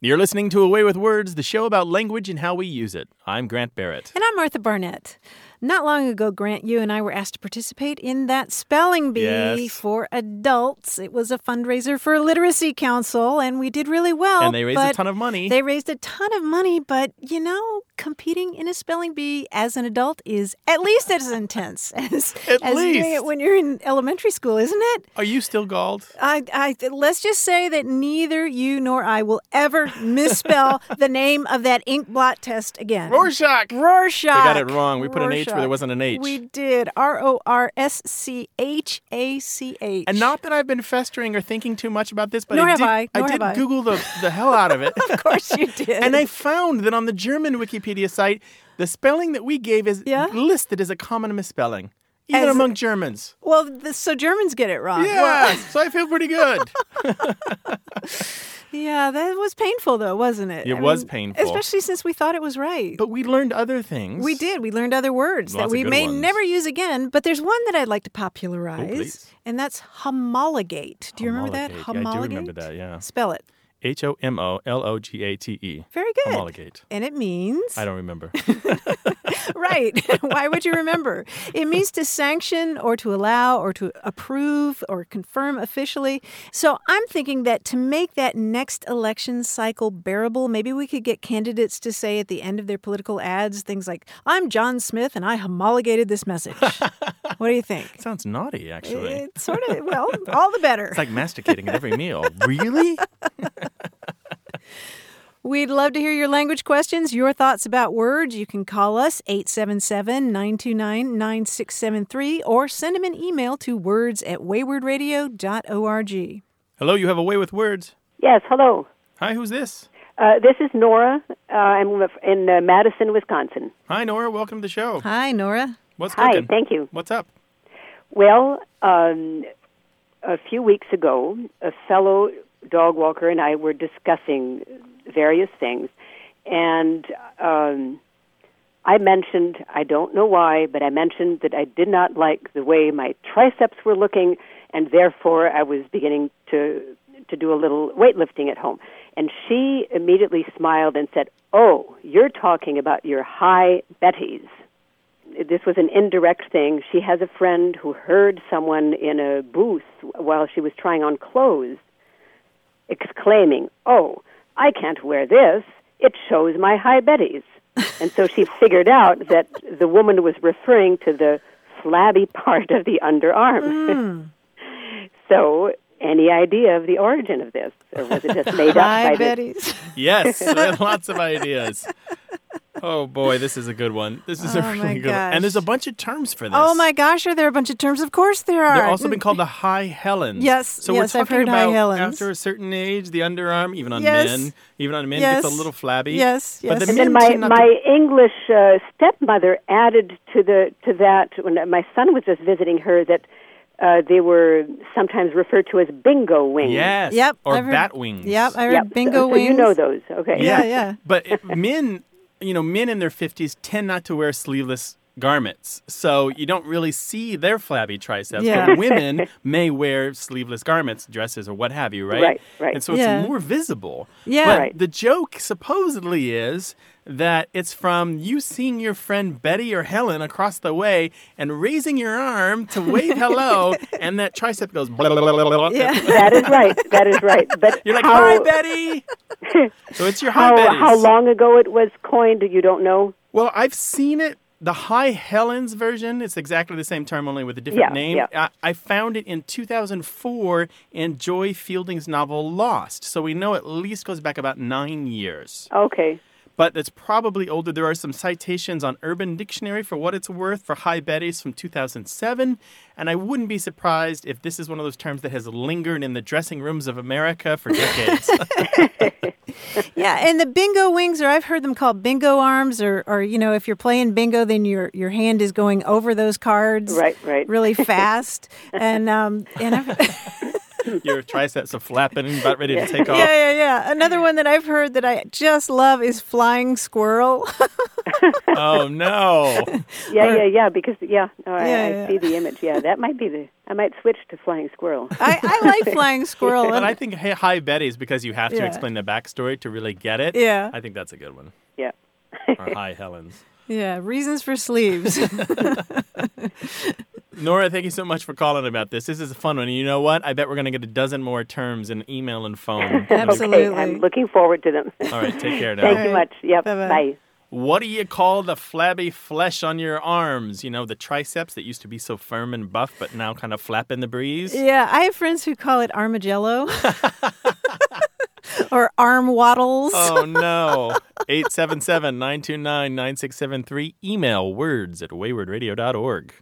You're listening to Away with Words, the show about language and how we use it. I'm Grant Barrett. And I'm Martha Barnett. Not long ago, Grant, you and I were asked to participate in that spelling bee Yes. for adults. It was a fundraiser for Literacy Council, and we did really well. And they raised a but ton of money. They raised a ton of money, but you know, competing in a spelling bee as an adult is at least as intense as, At as doing least. it when you're in elementary school, isn't it? Are you still galled? I, I let's just say that neither you nor I will ever misspell the name of that ink blot test again. Rorschach! Rorschach. We got it wrong. We put an H where there wasn't an H. We did. R O R S C H A C H. And not that I've been festering or thinking too much about this, but Nor I have did, I. Nor did have I. Google the, the hell out of it. Of course you did. and I found that on the German Wikipedia site, the spelling that we gave is Yeah? listed as a common misspelling, even As- among Germans. Well, the, so Germans get it wrong. Yeah, Well, so I feel pretty good. yeah, that was painful though, wasn't it? It was painful. Especially since we thought it was right. but we learned other things. We did. We learned other words Lots that of we good may ones. never use again, but there's one that I'd like to Oh, popularize, please. and that's homologate. Do you remember that? Homologate. Yeah, I do remember that, yeah. Spell it. H O M O L O G A T E. Very good. Homologate. And it means I don't remember. right. Why would you remember? It means to sanction or to allow or to approve or confirm officially. So I'm thinking that to make that next election cycle bearable, maybe we could get candidates to say at the end of their political ads things like, I'm John Smith and I homologated this message. what do you think? Sounds naughty, actually. It's sort of, well, all the better. It's like masticating at every meal. Really? We'd love to hear your language questions, your thoughts about words. You can call us 877 929 9673 or send them an email to words at waywardradio.org. Hello, you have a way with words. Yes, hello. Hi, who's this? Uh, this is Nora. Uh, I'm with- in uh, Madison, Wisconsin. Hi, Nora. Welcome to the show. Hi, Nora. What's Hi, cooking? thank you. What's up? Well, um, a few weeks ago, a fellow dog walker and I were discussing various things, and um, I mentioned, I don't know why, but I mentioned that I did not like the way my triceps were looking, and therefore I was beginning to to do a little weightlifting at home. And she immediately smiled and said, "Oh, you're talking about your high betties." this was an indirect thing. She has a friend who heard someone in a booth while she was trying on clothes exclaiming, Oh, I can't wear this. It shows my high betties. and so she figured out that the woman was referring to the flabby part of the underarm. so, any idea of the origin of this? Or was it just made up Hi, by the- Betty's. Yes, I have lots of ideas. Oh boy, this is a good one. This is a Oh, really my good one. gosh. And there's a bunch of terms for this. Oh my gosh, are there a bunch of terms? Of course there are. They're also been called the high Helens. Yes, so yes, we're I've talking heard high about Helens. after a certain age, the underarm, even on Yes. men, even on men, Yes. gets a little flabby. Yes, But yes. the And men And then my tend not to- my English uh, stepmother added to the to that when my son was just visiting her that uh, they were sometimes referred to as bingo wings. yes, Yep. or I've heard- bat wings. Yep, I heard Yep. bingo so, so wings. you know those, okay? Yeah, yeah. But it, men, you know, men in their 50s tend not to wear sleeveless garments. So you don't really see their flabby triceps. Yeah. But women may wear sleeveless garments, dresses, or what have you, right? Right, right. And so it's Yeah. more visible. Yeah. But Right. the joke supposedly is that it's from you seeing your friend Betty or Helen across the way and raising your arm to wave hello, and that tricep goes. blah, blah, blah, blah, blah. Yeah. that is right. That is right. But You're like, how hi, Betty. so it's your hi, how Betty. how long ago it was coined? You don't know. Well, I've seen it. The High Helens version, it's exactly the same term, only with a different Yeah, name. yeah. I, I found it in 2004 in Joy Fielding's novel Lost. So we know at least goes back about nine years. Okay. but it's probably older. There are some citations on Urban Dictionary for what it's worth for high betties from 2007, and I wouldn't be surprised if this is one of those terms that has lingered in the dressing rooms of America for decades. Yeah, and the bingo wings, or I've heard them called bingo arms, or, or you know, if you're playing bingo, then your your hand is going over those cards, Right, right. really fast, and um, and I've, Your triceps are flapping, about ready to take off. yeah, yeah, yeah. Another one that I've heard that I just love is flying squirrel. Oh no! Yeah, yeah, yeah. Because yeah, no, I, Yeah, I yeah. see the image. Yeah, that might be the. I might switch to flying squirrel. I, I like flying squirrel. But I think hi- high Betty's because you have to Yeah. explain the backstory to really get it. Yeah. I think that's a good one. Yeah. Or high Helen's. yeah, reasons for sleeves. Nora, thank you so much for calling about this. This is a fun one. And you know what? I bet we're going to get a dozen more terms in email and phone. Absolutely. Okay, I'm looking forward to them. All right, take care now. Thank All you right. much. Yep. Bye-bye. Bye. What do you call the flabby flesh on your arms? You know, the triceps that used to be so firm and buff, but now kind of flap in the breeze? yeah, I have friends who call it armadillo or arm waddles. Oh, no. 877 929 9673. Email words at waywardradio.org.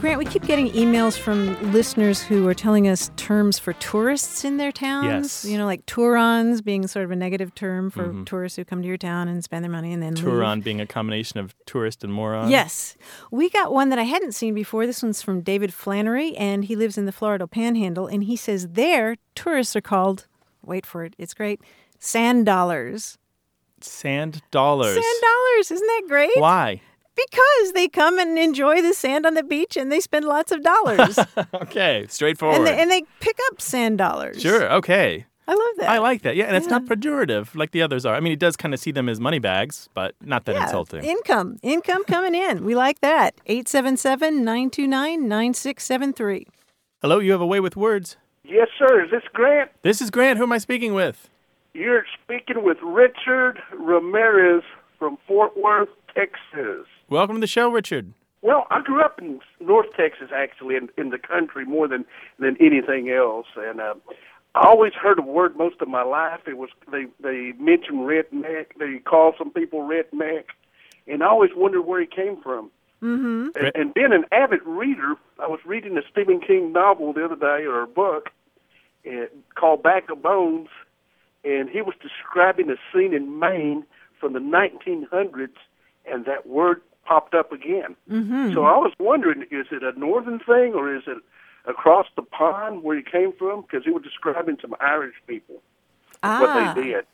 Grant, we keep getting emails from listeners who are telling us terms for tourists in their towns. Yes. Mm-hmm. You know, like tourons being sort of a negative term for tourists who come to your town and spend their money and then leave. Turon being a combination of tourist and moron. Yes. We got one that I hadn't seen before. This one's from David Flannery, and he lives in the Florida Panhandle. And he says there, tourists are called, wait for it, it's great, sand dollars. Sand dollars. Sand dollars, isn't that great? Why? Because they come and enjoy the sand on the beach and they spend lots of dollars. Okay, straightforward. and, they, and they pick up sand dollars. sure, okay. I love that. I like that. Yeah, and it's not pejorative like the others are. I mean, he does kind of see them as money bags, but not that Yeah, insulting. Income. Income coming in. We like that. 877 929 9673. Hello, you have a way with words. Yes, sir. Is this Grant? This is Grant. Who am I speaking with? You're speaking with Richard Ramirez from Fort Worth, Texas. Welcome to the show, Richard. Well, I grew up in North Texas, actually, in, in the country more than than anything else, and uh, I always heard a word most of my life. It was they they mentioned redneck. They call some people redneck, and I always wondered where he came from. Mm-hmm. And, and being an avid reader, I was reading a Stephen King novel the other day or a book uh called Back of Bones, and he was describing a scene in Maine from the 1900s, and that word popped up again. Hmm. Mm-hmm. So I was wondering, is it a northern thing or is it across the pond where he came from? Because he was describing some Irish people, what they did,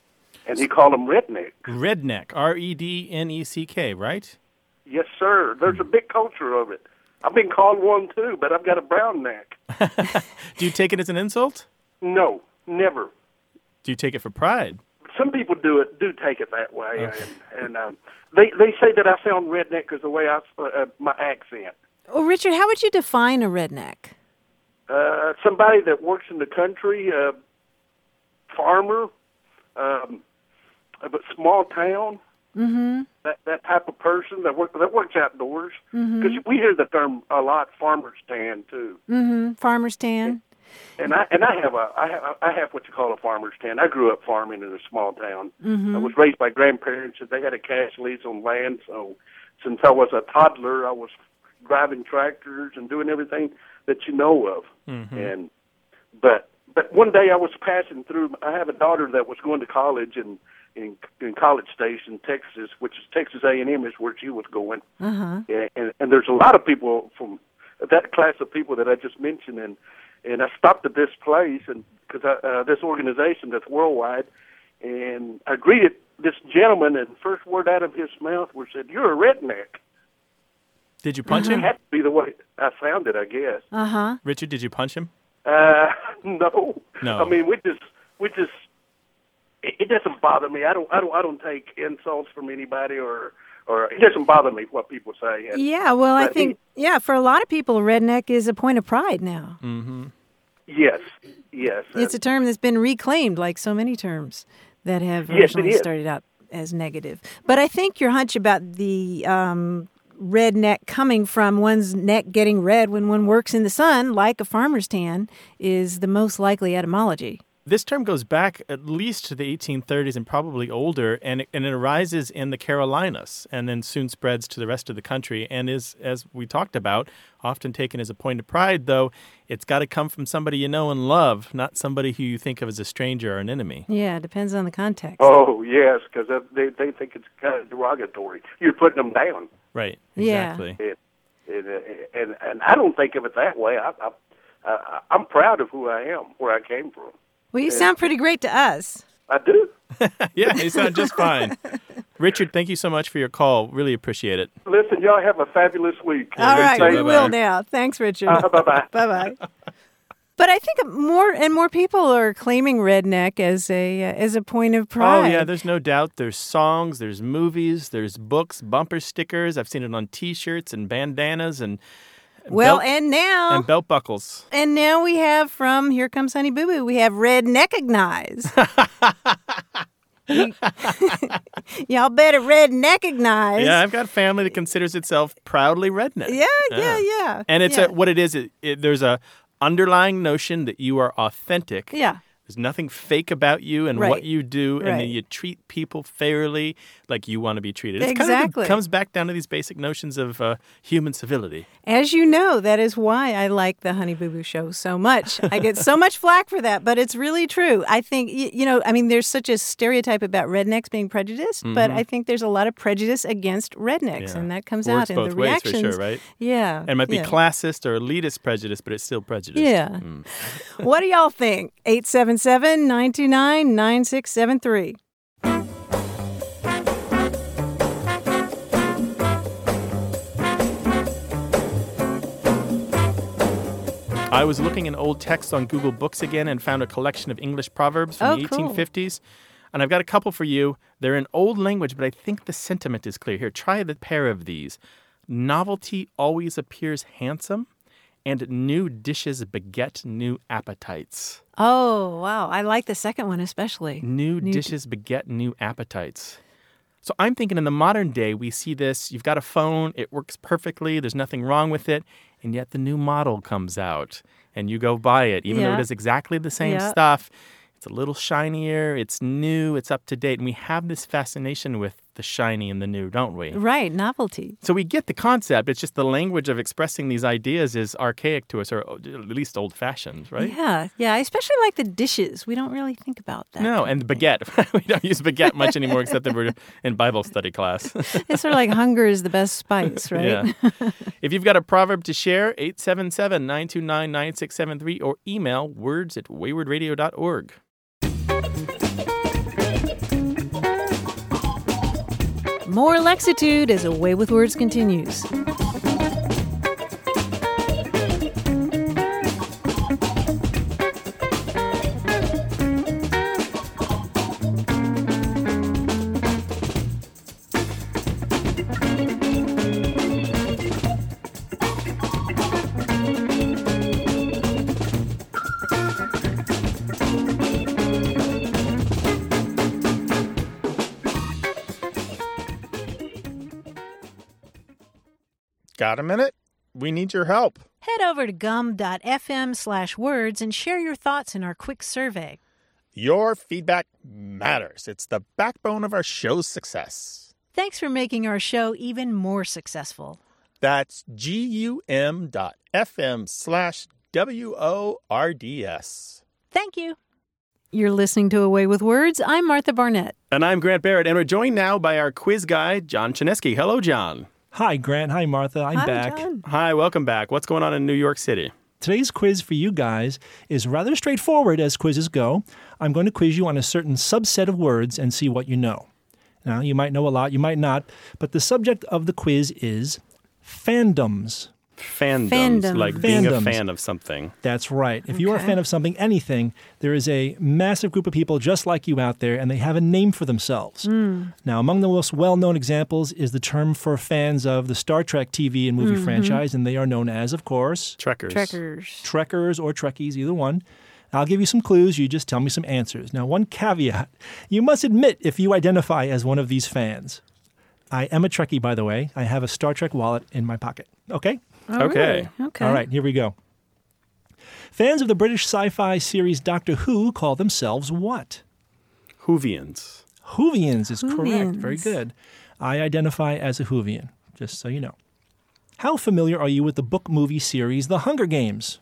and he called them rednecks. Redneck, R E D N E C K, right? Yes, sir. There's a big culture of it. I've been called one too, but I've got a brown neck. Do you take it as an insult? No, never. Do you take it for pride? some people do it do take it that way, and, and um, they they say that I sound redneck because the way I s- uh, uh, my accent. Well, Oh, Richard, how would you define a redneck? Uh, somebody that works in the country, uh, farmer, um, of a small town. Mm-hmm. That that type of person that work that works outdoors because Mm-hmm. we hear the term a lot, farmer stand too. Mm-hmm. Farmer's tan? And I and I have a I have, I have what you call a farmer's tent. I grew up farming in a small town. Mm-hmm. I was Mm-hmm. raised by grandparents, and they had a cash lease on land. So since I was a toddler, I was driving tractors and doing everything that you know of. Mm-hmm. Mm-hmm. And but but one day I was passing through. I have a daughter that was going to college in in, in College Station, Texas, which is Texas A and M, is where she was going. Uh-huh. And, and and there's a lot of people from that class of people that I just mentioned, and and I stopped at this place and because uh, this organization that's worldwide, and I greeted this gentleman, and the first word out of his mouth was said, "You're a redneck." Did you punch him? Had to be the way I found it, I guess. Uh-huh. Richard, did you punch him? Uh, no. No. I mean, we just, we just, it, it doesn't bother me. I don't, I don't, I don't take insults from anybody or, or it doesn't bother me what people say. And, Yeah, well, I But he- think, yeah, for a lot of people, redneck is a point of pride now. Yes, yes. It's a term that's been reclaimed, like so many terms that have Yes, it originally is. started out as negative. But I think your hunch about the um, redneck coming from one's neck getting red when one works in the sun, like a farmer's tan, is the most likely etymology. This term goes back at least to the 1830s and probably older, and it, and it arises in the Carolinas and then soon spreads to the rest of the country and is, as we talked about, often taken as a point of pride, though it's got to come from somebody you know and love, not somebody who you think of as a stranger or an enemy. Yeah, it depends on the context. Oh yes, because they they think it's kind of derogatory. You're putting them down. Right, Yeah. exactly. It, it, uh, and and I don't think of it that way. I, I, I I'm proud of who I am, where I came from. Well, you sound pretty great to us. I do. Yeah, you sound just fine. Richard, thank you so much for your call. Really appreciate it. Listen, y'all have a fabulous week. All right, thank we you. will Bye-bye. now. Thanks, Richard. bye bye. Bye bye. But I think more and more people are claiming redneck as a uh, as a point of pride. Oh yeah, there's no doubt. There's songs, there's movies, there's books, bumper stickers. I've seen it on T-shirts and bandanas and well, belt, and now and belt buckles. And now we have from Here Comes Honey Boo Boo, we have Rednecognize. Y'all better rednecognize. Yeah, I've got family that considers itself proudly redneck. yeah, yeah, yeah. And it's yeah. a, what it is. It, it, there's a underlying notion that you are authentic. Yeah. There's nothing fake about you and Right. what you do, and Right. then you treat people fairly, like you want to be treated. It's Kind Exactly. of, comes back down to these basic notions of uh, human civility. As you know, that is why I like the Honey Boo Boo show so much. I get so much flack for that, but it's really true. I think, y- you know, I mean, there's such a stereotype about rednecks being prejudiced, but I think there's a lot of prejudice against rednecks, Mm-hmm. Yeah. and that comes Works out in both the ways for reactions. sure, right? Yeah. And it might be yeah. classist or elitist prejudice, but it's still prejudice. Mm. Yeah. what do y'all think? 877 929 9673. I was looking in old texts on Google Books again and found a collection of English proverbs from Oh, the cool. 1850s. And I've got a couple for you. They're in old language, but I think the sentiment is clear here. Try the pair of these Novelty always appears handsome, and new dishes beget new appetites. Oh, wow. I like the second one especially. New, dishes beget new appetites. So I'm thinking in the modern day, we see this. You've got a phone, it works perfectly, there's nothing wrong with it. And yet the new model comes out and you go buy it, even though Yeah. it is exactly the same Yeah. stuff. It's a little shinier, it's new, it's up to date. And we have this fascination with the shiny and the new, don't we? Right, novelty. So we get the concept. It's just the language of expressing these ideas is archaic to us, or oh, at least old fashioned, right? Yeah, yeah. I especially like the dishes. We don't really think about that. No, and baguette. we don't use baguette much anymore, except that we're in Bible study class. It's sort of like hunger is the best spice, right? Yeah. if you've got a proverb to share, 877 929 9673 or email words at waywardradio.org. More Lexitude as Away with Words continues. Got a minute? We need your help. Head over to gum.fm slash words and share your thoughts in our quick survey. Your feedback matters. It's the backbone of our show's success. Thanks for making our show even more successful. That's gum.fm slash W O R D S. Thank you. You're listening to Away with Words. I'm Martha Barnett. And I'm Grant Barrett, and we're joined now by our quiz guy, John Chinesky. Hello, John. Hi, Grant. Hi, Martha. I'm Hi, back. John. Hi, welcome back. What's going on in New York City? Today's quiz for you guys is rather straightforward as quizzes go. I'm going to quiz you on a certain subset of words and see what you know. Now, you might know a lot, you might not, but the subject of the quiz is fandoms. Fandoms, Fandom. like being a Fandoms. fan of something. That's right. If you are a fan of something, anything, there is a massive group of people just like you out there, and they have a name for themselves. Hmm. Now, among the most well known examples is the term for fans of the Star Trek TV and movie franchise, and they are known as, of course, Trekkers. Trekkers. Trekkers or Trekkies, either one. I'll give you some clues. You just tell me some answers. Now, one caveat you must admit if you identify as one of these fans. I am a Trekkie, by the way. I have a Star Trek wallet in my pocket. Okay? Oh, Okay. really? Okay. All right, here we go. Fans of the British sci fi series Doctor Who call themselves what? Hoovians. Hoovians is correct. Very Whovians. good. I identify as a Whovian, just so you know. How familiar are you with the book movie series The Hunger Games?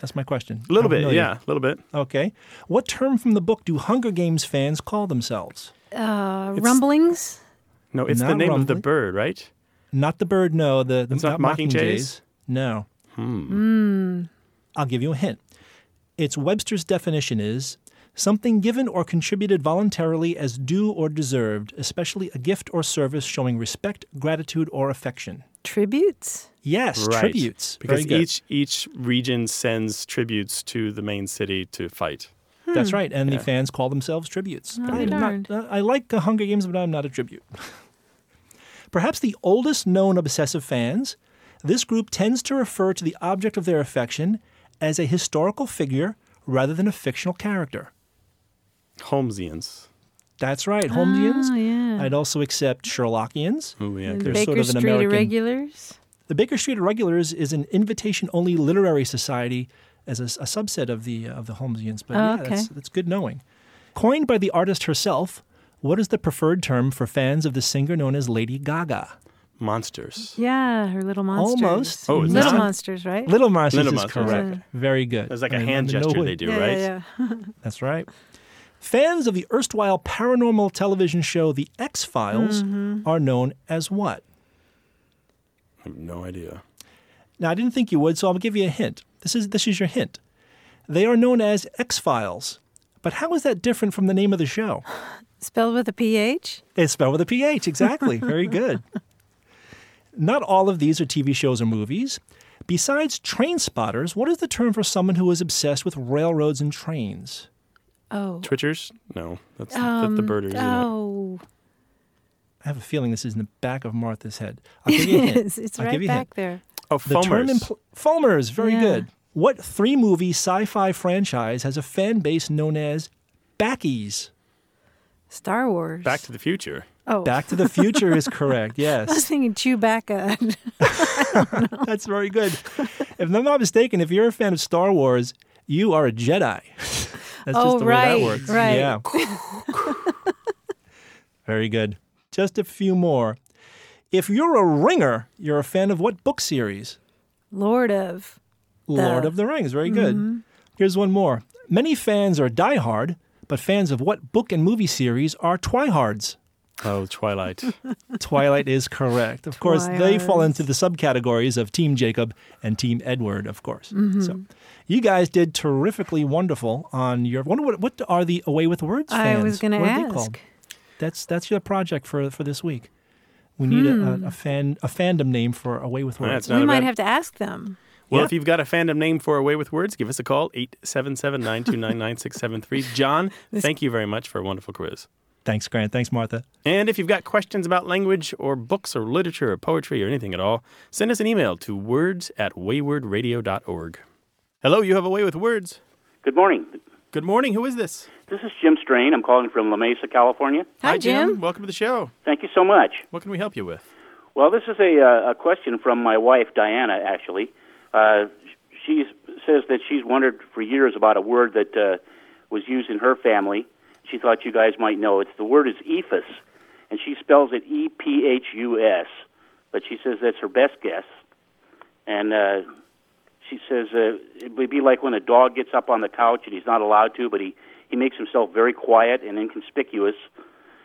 That's my question. A little How bit, familiar? yeah, a little bit. Okay. What term from the book do Hunger Games fans call themselves? Uh, rumblings. No, it's the Not name of the rumbling. bird, right? Not the bird, no. The, the It's not mocking Mockingjays? jays. No. Hmm. I'll give you a hint. Its Webster's definition is something given or contributed voluntarily as due or deserved, especially a gift or service showing respect, gratitude, or affection. Tributes. Yes, Right. tributes. Because Very good. each each region sends tributes to the main city to fight. Hmm. that's right, and the fans call themselves tributes. be I'm not, darned. uh, I like the Hunger Games, but I'm not a tribute. Perhaps the oldest known obsessive fans, this group tends to refer to the object of their affection as a historical figure rather than a fictional character. Holmesians. That's right, Holmesians. Oh, yeah. I'd also accept Sherlockians. Oh yeah. good. And there's Baker sort of an Street American- Irregulars. The Baker Street Irregulars is an invitation-only literary society as a, a subset of the of the Holmesians. But Oh, yeah, okay. that's, that's good knowing. Coined by the artist herself, what is the preferred term for fans of the singer known as Lady Gaga? Monsters. Yeah, her little monsters. Almost. Oh, it's little not- monsters, right? Little Monsters Little is Monsters, correct. okay. Very good. There's like a I hand wanted to know gesture what- they do, yeah, right? yeah, That's right. Fans of the erstwhile paranormal television show The X Files Mm-hmm. are known as what? I have no idea. Now, I didn't think you would, so I'll give you a hint. This is this is your hint. They are known as X Files, but how is that different from the name of the show? Spelled with a PH. It's spelled with a PH, exactly. Very good. Not all of these are TV shows or movies. Besides train spotters, what is the term for someone who is obsessed with railroads and trains? Oh. Um, Twitchers? No, that's, that's the birders. isn't it? Oh. I have a feeling this is in the back of Martha's head. I'll give you a hint. It's, it's I'll give right you a hint. back there. Oh, The term foamers. impl- Foamers, very Yeah. good. What three movie sci fi franchise has a fan base known as Backies? Star Wars. Back to the Future. oh. Back to the Future is correct, I was yes. thinking Chewbacca. That's very good. If I'm not mistaken, if you're a fan of Star Wars, you are a Jedi. That's Oh, just the way right, that works. right. Yeah. very good. Just a few more. If you're a ringer, you're a fan of what book series? Lord of. Lord of the Rings. Very good. Here's one more. Many fans are diehard, but fans of what book and movie series are twihards? Oh, Twilight. Twilight is correct. Of course, they fall into the subcategories of Team Jacob and Team Edward, of course. Mm-hmm. So, you guys did terrifically wonderful on your. Wonder what what are the Away with Words I fans? was going to What are ask. They called? That's that's your project for for this week. We need a, a, a fan a fandom name for Away with Words. That's not Hmm. We a might bad- have to ask them. Well, Yeah. if you've got a fandom name for Away with Words, give us a call, 877 929 9673. John, thank you very much for a wonderful quiz. Thanks, Grant. Thanks, Martha. And if you've got questions about language or books or literature or poetry or anything at all, send us an email to words at waywardradio.org. Hello, you have Away with Words. Good morning. Good morning. Who is this? This is Jim Strain. I'm calling from La Mesa, California. Hi, Jim. Welcome to the show. Thank you so much. What can we help you with? Well, this is a, uh, a question from my wife, Diana, actually. Uh, she says that she's wondered for years about a word that uh, was used in her family. She thought you guys might know. It's The word is ephus, and she spells it E P H U S, but she says that's her best guess. And uh, she says uh, it would be like when a dog gets up on the couch and he's not allowed to, but he, he makes himself very quiet and inconspicuous,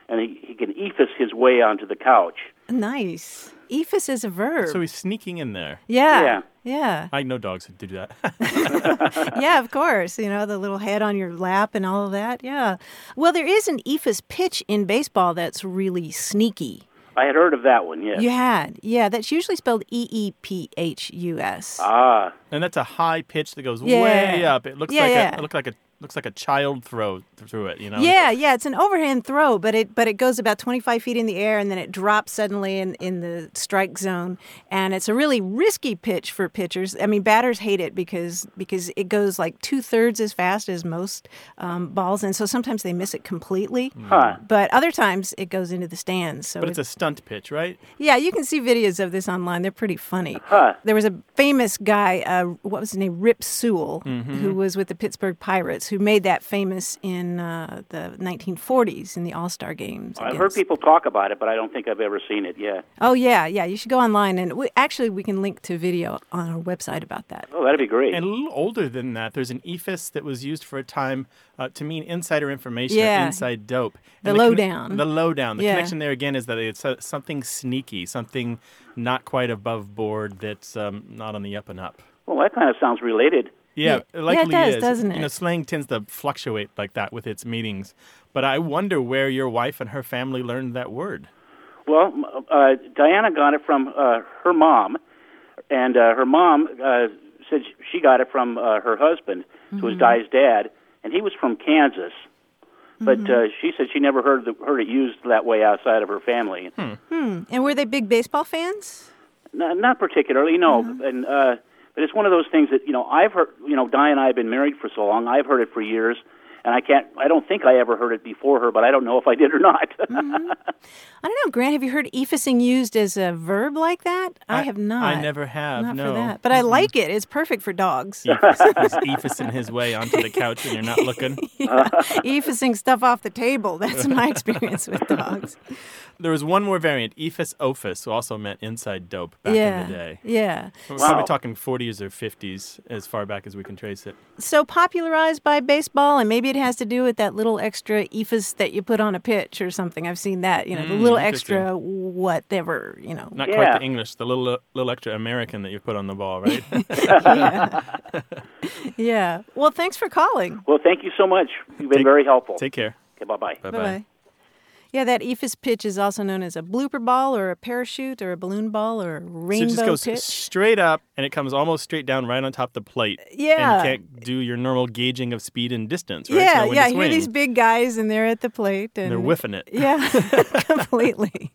and he, he can ephus his way onto the couch. Nice. Ephus is a verb. So he's sneaking in there. yeah. Yeah. I know dogs that do that. yeah, of course. You know, the little head on your lap and all of that. Yeah. Well, there is an Ephus pitch in baseball that's really sneaky. I had heard of that one, yes. You had. Yeah, that's usually spelled E E P H U S. Ah, and that's a high pitch that goes Yeah. way up. It looks Yeah, like yeah. a, it looked like a Looks like a child throw through it, you know? Yeah, yeah, it's an overhand throw, but it but it goes about 25 feet in the air and then it drops suddenly in, in the strike zone, and it's a really risky pitch for pitchers. I mean, batters hate it because because it goes like two thirds as fast as most um, balls, and so sometimes they miss it completely, Huh. but other times it goes into the stands. So But it's a stunt pitch, right? yeah, you can see videos of this online. They're pretty funny. There was a famous guy, uh, what was his name? Rip Sewell, who was with the Pittsburgh Pirates, who made that famous in uh, the 1940s in the All Star games. I've heard against- people talk about it, but I don't think I've ever seen it. Yeah. Oh, yeah, yeah. You should go online. And we, actually, we can link to video on our website about that. Oh, that'd be great. And a little older than that, there's an E ephus that was used for a time uh, to mean insider information or Yeah. inside dope. The conne- lowdown. the lowdown. The Yeah. connection there again is that it's uh, something sneaky, something not quite above board that's um, not on the up and up. well, that kind of sounds related. Yeah, Yeah, it likely does, is. doesn't You know, it? slang tends to fluctuate like that with its meanings. But I wonder where your wife and her family learned that word. Well, m- uh, Diana got it from uh, her mom, and uh, her mom uh, said sh- she got it from uh, her husband, who was Mm-hmm. Di's dad, and he was from Kansas. But Mm-hmm. uh, she said she never heard the, heard it used that way outside of her family. Hmm, And were they big baseball fans? Not, not particularly, no. Uh-huh. And uh, but it's one of those things that you know I've heard. You know, Di and I have been married for so long. I've heard it for years, and I can't. I don't think I ever heard it before her, but I don't know if I did or not. Mm-hmm. I don't know, Grant. Have you heard ephesing used as a verb like that? I, have not. I never have. Not no. E for that. But I like it. It's perfect for dogs. Ephus, he's ephusing his way onto the couch and you're not looking. ephesing stuff off the table. That's my experience with dogs. There was one more variant, ephus ophus, who also meant inside dope back yeah. in the day. Yeah. We're probably talking 40s or 50s, as far back as we can trace it. So popularized by baseball, and maybe it has to do with that little extra ephus that you put on a pitch or something. I've seen that, you know, the little extra whatever, you know. Mm, Not quite Yeah. the English, the little little extra American that you put on the ball, right? Yeah. Well, thanks for calling. well, thank you so much. You've been Take- very helpful. Take care. okay, bye bye. Bye bye. Yeah, that E ephus pitch is also known as a blooper ball or a parachute or a balloon ball or a rainbow so it just goes pitch. straight up and it comes almost straight down right on top the plate. yeah. And you can't do your normal gauging of speed and distance, right? yeah, so when yeah. you Here are swing, these big guys, and they're at the plate, and they're whiffing it. Yeah, completely.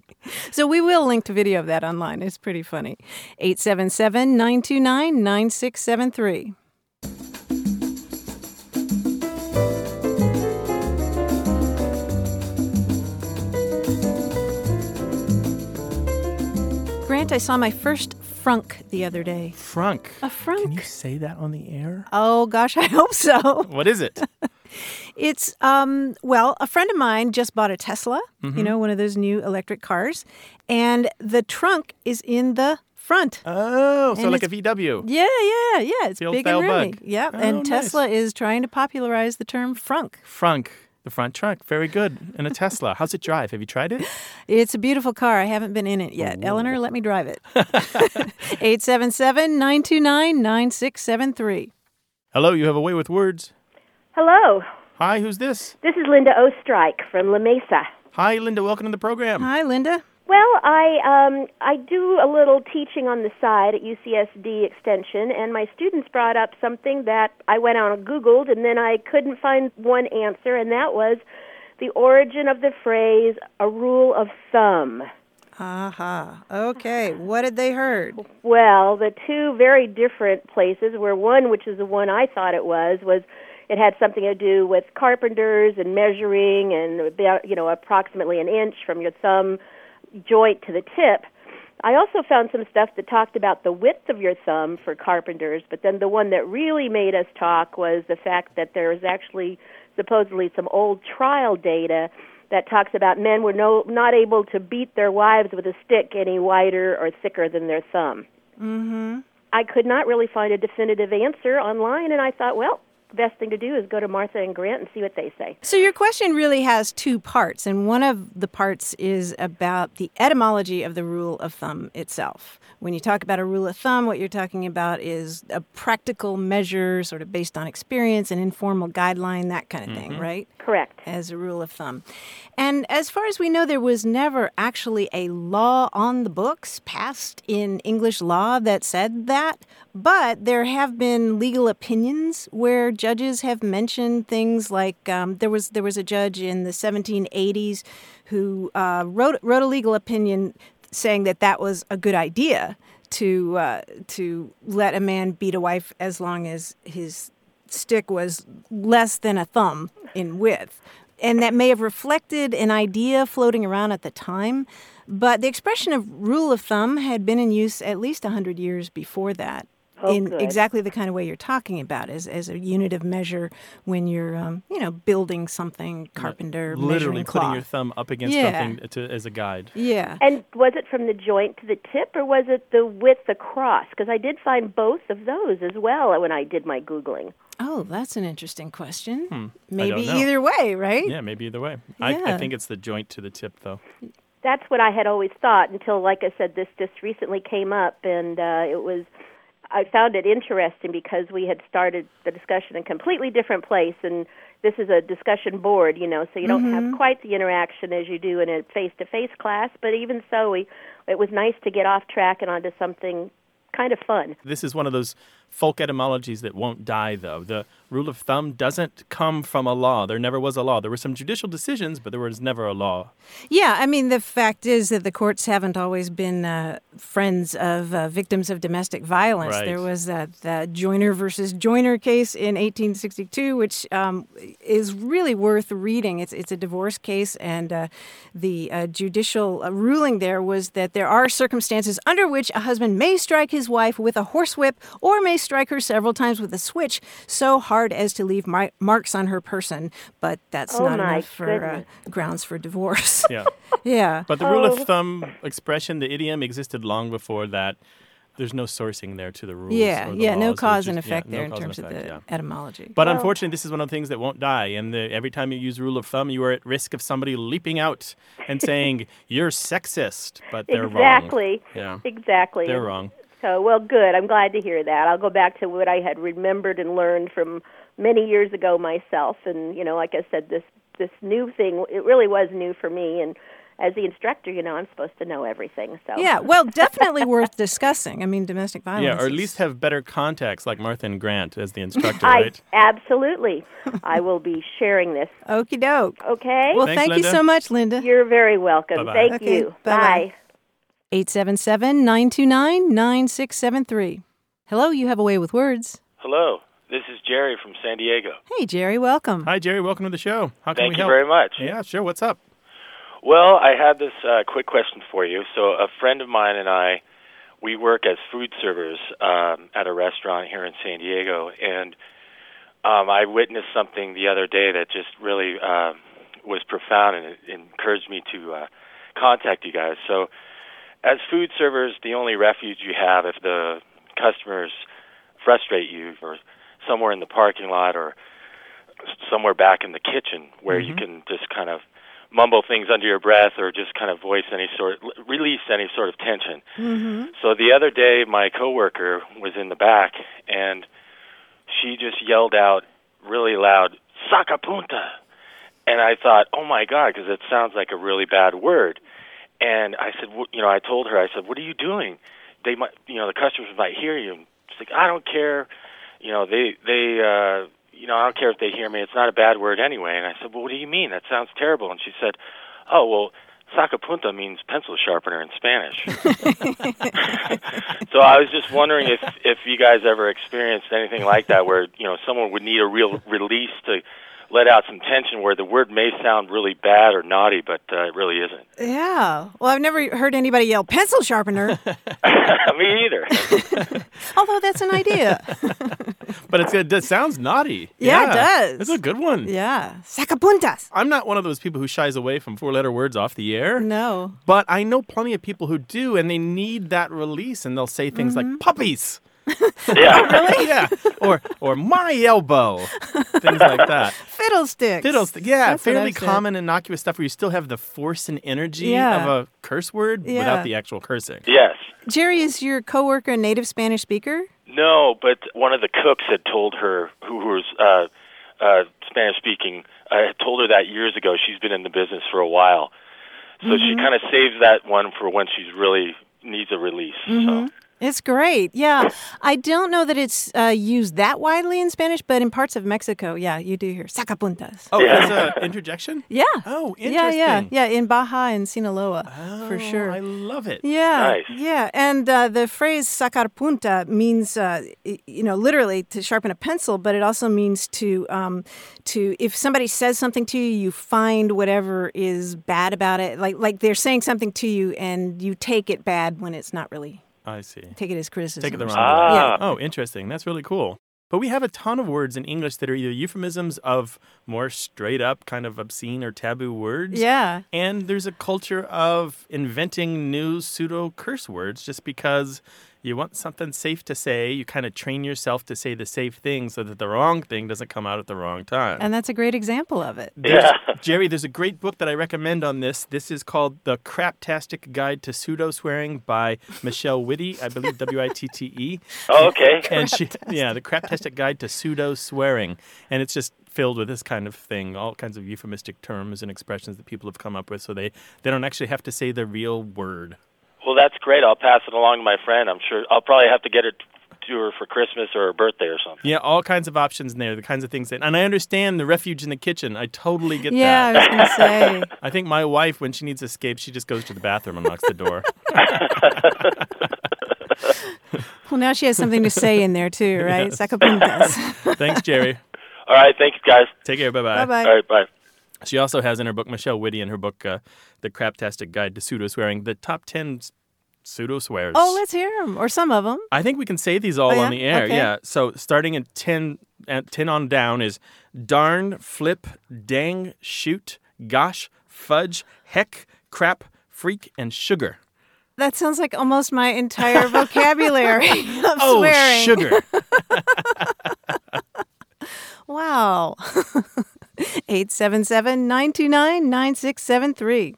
So we will link to video of that online. It's pretty funny. 877 929 9673. Grant, I saw my first frunk the other day. Frunk. A Can you frunk? say that on the air? Oh gosh, I hope so. What is it? It's um well, a friend of mine just bought a Tesla, Mm-hmm. you know, one of those new electric cars, and the trunk is in the front. Oh, so And like a it's- VW. yeah, yeah, yeah. It's The old big style and roomy. bug. Yep. Oh, and nice. Tesla is trying to popularize the term frunk. Frunk. The front trunk. Very good. And a Tesla. How's it drive? Have you tried it? It's a beautiful car. I haven't been in it yet. Eleanor, let me drive it. 877-929-9673. Hello, you have a way with words. Hello, Hi, who's this? this is Linda Ostrike from La Mesa. Hi, Linda. Welcome to the program. Hi, Linda. Well, I um, I do a little teaching on the side at UCSD Extension, and my students brought up something that I went out and Googled, and then I couldn't find one answer, and that was the origin of the phrase "a rule of thumb." Aha. Okay. What had they heard? Well, the two very different places where one, which is the one I thought it was, was it had something to do with carpenters and measuring and about, you know approximately an inch from your thumb joint to the tip. I also found some stuff that talked about the width of your thumb for carpenters, but then the one that really made us talk was the fact that there was actually supposedly some old trial data that talks about men were no, not able to beat their wives with a stick any wider or thicker than their thumb. Mm-hmm. I could not really find a definitive answer online, and I thought, well, best thing to do is go to Martha and Grant and see what they say. So your question really has two parts, and one of the parts is about the etymology of the rule of thumb itself. When you talk about a rule of thumb, what you're talking about is a practical measure, sort of based on experience, an informal guideline, that kind of thing, right? Correct. as a rule of thumb. And as far as we know, there was never actually a law on the books passed in English law that said that, but there have been legal opinions where judges have mentioned things like um, there was there was a judge in the 1780s who uh, wrote wrote a legal opinion saying that that was a good idea to uh, to let a man beat a wife as long as his stick was less than a thumb in width. And that may have reflected an idea floating around at the time, but the expression of rule of thumb had been in use at least 100 years before that. Oh, in good. exactly the kind of way you're talking about, as, as a unit of measure when you're, um, you know, building something, carpenter, Literally measuring putting your cloth. thumb up against Yeah. something to, as a guide. yeah. And was it from the joint to the tip, or was it the width across? Because I did find both of those as well when I did my googling. Oh, that's an interesting question. Hmm. I don't Maybe know. either way, right? Yeah, maybe either way. I, I Yeah. think it's the joint to the tip, though. That's what I had always thought until, like I said, this just recently came up, and uh, it was. I found it interesting because we had started the discussion in a completely different place, and this is a discussion board, you know, so you don't have quite the interaction as you do in a face-to-face class. But even so, we it was nice to get off track and onto something kind of fun. This is one of those folk etymologies that won't die, though. The rule of thumb doesn't come from a law. There never was a law. There were some judicial decisions, but there was never a law. Yeah, I mean, the fact is that the courts haven't always been uh, friends of uh, victims of domestic violence. Right. There was that, that Joyner versus Joyner case in 1862, which um, is really worth reading. It's, it's a divorce case, and uh, the uh, judicial uh, ruling there was that there are circumstances under which a husband may strike his wife with a horsewhip or may strike her several times with a switch so hard as to leave mi- marks on her person, but that's Oh, not my enough for uh, goodness. grounds for divorce. Yeah. Yeah. But the rule Oh. of thumb expression, the idiom, existed long before that. There's no sourcing there to the rules. yeah, or the yeah, no laws. There's cause just- and yeah, effect no there in cause and terms of effect, the yeah. etymology. But unfortunately, this is one of the things that won't die. And the, every time you use rule of thumb, you are at risk of somebody leaping out and saying, You're sexist. But they're wrong. exactly. Yeah. Exactly. They're wrong. So, well, good. I'm glad to hear that. I'll go back to what I had remembered and learned from many years ago myself. And you know, like I said, this this new thing it really was new for me. And as the instructor, you know, I'm supposed to know everything. So yeah, well, definitely worth discussing. I mean, domestic violence. Yeah, or at is- least have better contacts like Martha and Grant as the instructor, I right? absolutely. I will be sharing this. Okie doke. Okay. Well, Thanks, thank Linda. you so much, Linda. You're very welcome. Bye-bye. Thank Okay, you. bye-bye. 877 929 9673. Hello, you have a way with words. Hello, this is Jerry from San Diego. Hey, Jerry, welcome. Hi, Jerry. Welcome to the show. How can Thank we you help? very much. Yeah, sure. What's up? Well, I had this uh, quick question for you. So, a friend of mine and I, we work as food servers um, at a restaurant here in San Diego, and um, I witnessed something the other day that just really uh, was profound, and it encouraged me to uh, contact you guys. So, as food servers, the only refuge you have if the customers frustrate you, or somewhere in the parking lot, or somewhere back in the kitchen where you can just kind of mumble things under your breath or just kind of voice any sort release any sort of tension. Mm-hmm. So the other day my coworker was in the back and she just yelled out really loud sacapunta. And I thought, "Oh my god, because it sounds like a really bad word." And I said, "Wh- you know, I told her I said, "What are you doing? They might, you know, the customers might hear you." And she's like, "I don't care." you know they they uh you know i don't care if they hear me it's not a bad word anyway and i said well what do you mean that sounds terrible and she said oh well sacapunta means pencil sharpener in spanish so i was just wondering if if you guys ever experienced anything like that where you know someone would need a real release to let out some tension where the word may sound really bad or naughty but uh, it really isn't Yeah. Well, I've never heard anybody yell pencil sharpener, me either although that's an idea. But it's, it sounds naughty. Yeah, it does. It's a good one. yeah. Sacapuntas. I'm not one of those people who shies away from four letter words off the air. No. But I know plenty of people who do, and they need that release, and they'll say things Mm-hmm. like puppies. yeah yeah. Or or my elbow. things like that. Fiddlesticks. Fiddles. Yeah, That's what fairly I've said. common innocuous stuff where you still have the force and energy Yeah. of a curse word Yeah. without the actual cursing. yes Jerry, is your coworker a native Spanish speaker? No, but one of the cooks had told her, who was uh, uh, Spanish speaking. I told her that years ago. She's been in the business for a while, so Mm-hmm. she kind of saves that one for when she's really needs a release. So. Mm-hmm. It's great. Yeah. I don't know that it's uh, used that widely in Spanish, but in parts of Mexico, yeah, you do hear sacapuntas. Oh, that's an interjection? Yeah. Oh, Yeah, yeah, interesting. Oh, yeah. In Baja and Sinaloa, for sure. I love it. Yeah. Nice. Yeah. And uh, the phrase sacar punta means, uh, y- you know, literally to sharpen a pencil, but it also means to, um, to if somebody says something to you, you find whatever is bad about it. Like, like they're saying something to you and you take it bad when it's not really, I see. take it as criticism. Take it the or wrong way. Ah. something. Oh, interesting. That's really cool. But we have a ton of words in English that are either euphemisms of more straight up kind of obscene or taboo words. Yeah. And there's a culture of inventing new pseudo curse words just because you want something safe to say. You kind of train yourself to say the safe thing so that the wrong thing doesn't come out at the wrong time. And that's a great example of it. There's- Yeah. Jerry, there's a great book that I recommend on this. This is called The Craptastic Guide to Pseudo Swearing by Michelle Witte, I believe W I T T E. Oh, okay. And she, yeah, The Craptastic Guide to Pseudo Swearing. And it's just filled with this kind of thing, all kinds of euphemistic terms and expressions that people have come up with so they, they don't actually have to say the real word. Well, that's great. I'll pass it along to my friend. I'm sure I'll probably have to get it to her for Christmas or her birthday or something. Yeah, all kinds of options in there, the kinds of things that, and I understand the refuge in the kitchen. I totally get Yeah, that. I was going to say. I think my wife, when she needs escape, she just goes to the bathroom and locks the door. Well, now she has something to say in there too, right? Sacapuntas. Thanks, Jerry. All right. Thanks, guys. Take care. Bye bye bye. bye. All right. Bye. She also has in her book, Michelle Witte, in her book, uh, The Craptastic Guide to Pseudo Swearing, the top 10 pseudo swears. Oh, let's hear them, or some of them. I think we can say these all Oh, on yeah? the air. Okay. Yeah. So starting at 10, at 10 on down is darn, flip, dang, shoot, gosh, fudge, heck, crap, freak, and sugar. That sounds like almost my entire vocabulary of Oh, swearing. sugar. Wow. 877 929 9673.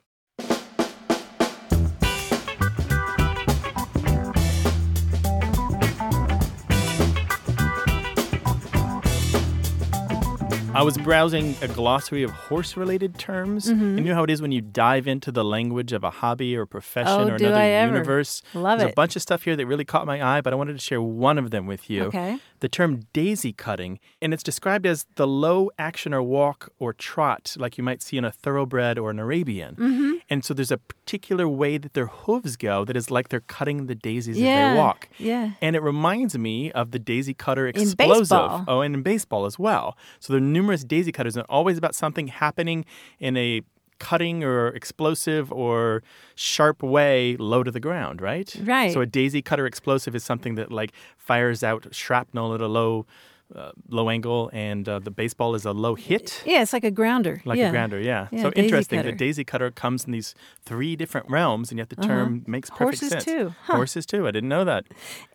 I was browsing a glossary of horse related terms. Mm-hmm. And you know how it is when you dive into the language of a hobby or profession Oh, or do another I ever. universe? Love There's it. a bunch of stuff here that really caught my eye, but I wanted to share one of them with you. Okay. The term daisy cutting, and it's described as the low action or walk or trot, like you might see in a thoroughbred or an Arabian. Mm. And so there's a particular way that their hooves go that is like they're cutting the daisies as Yeah, they walk. yeah. And it reminds me of the daisy cutter explosive. baseball. Oh, and in baseball as well. So there are numerous daisy cutters, and always about something happening in a cutting or explosive or sharp way low to the ground, right? Right. So a daisy cutter explosive is something that like fires out shrapnel at a low, uh, low angle, and uh, the baseball is a low hit. Yeah, it's like a grounder. Like yeah. a grounder, yeah. Yeah, so daisy interesting cutter. Uh-huh. that daisy cutter comes in these three different realms, and yet the term makes perfect Horses sense. too, huh. Horses too. I didn't know that.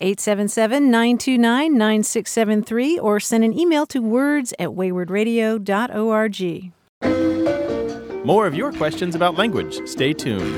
877 929 9673 or send an email to words at waywardradio.org. More of your questions about language. Stay tuned.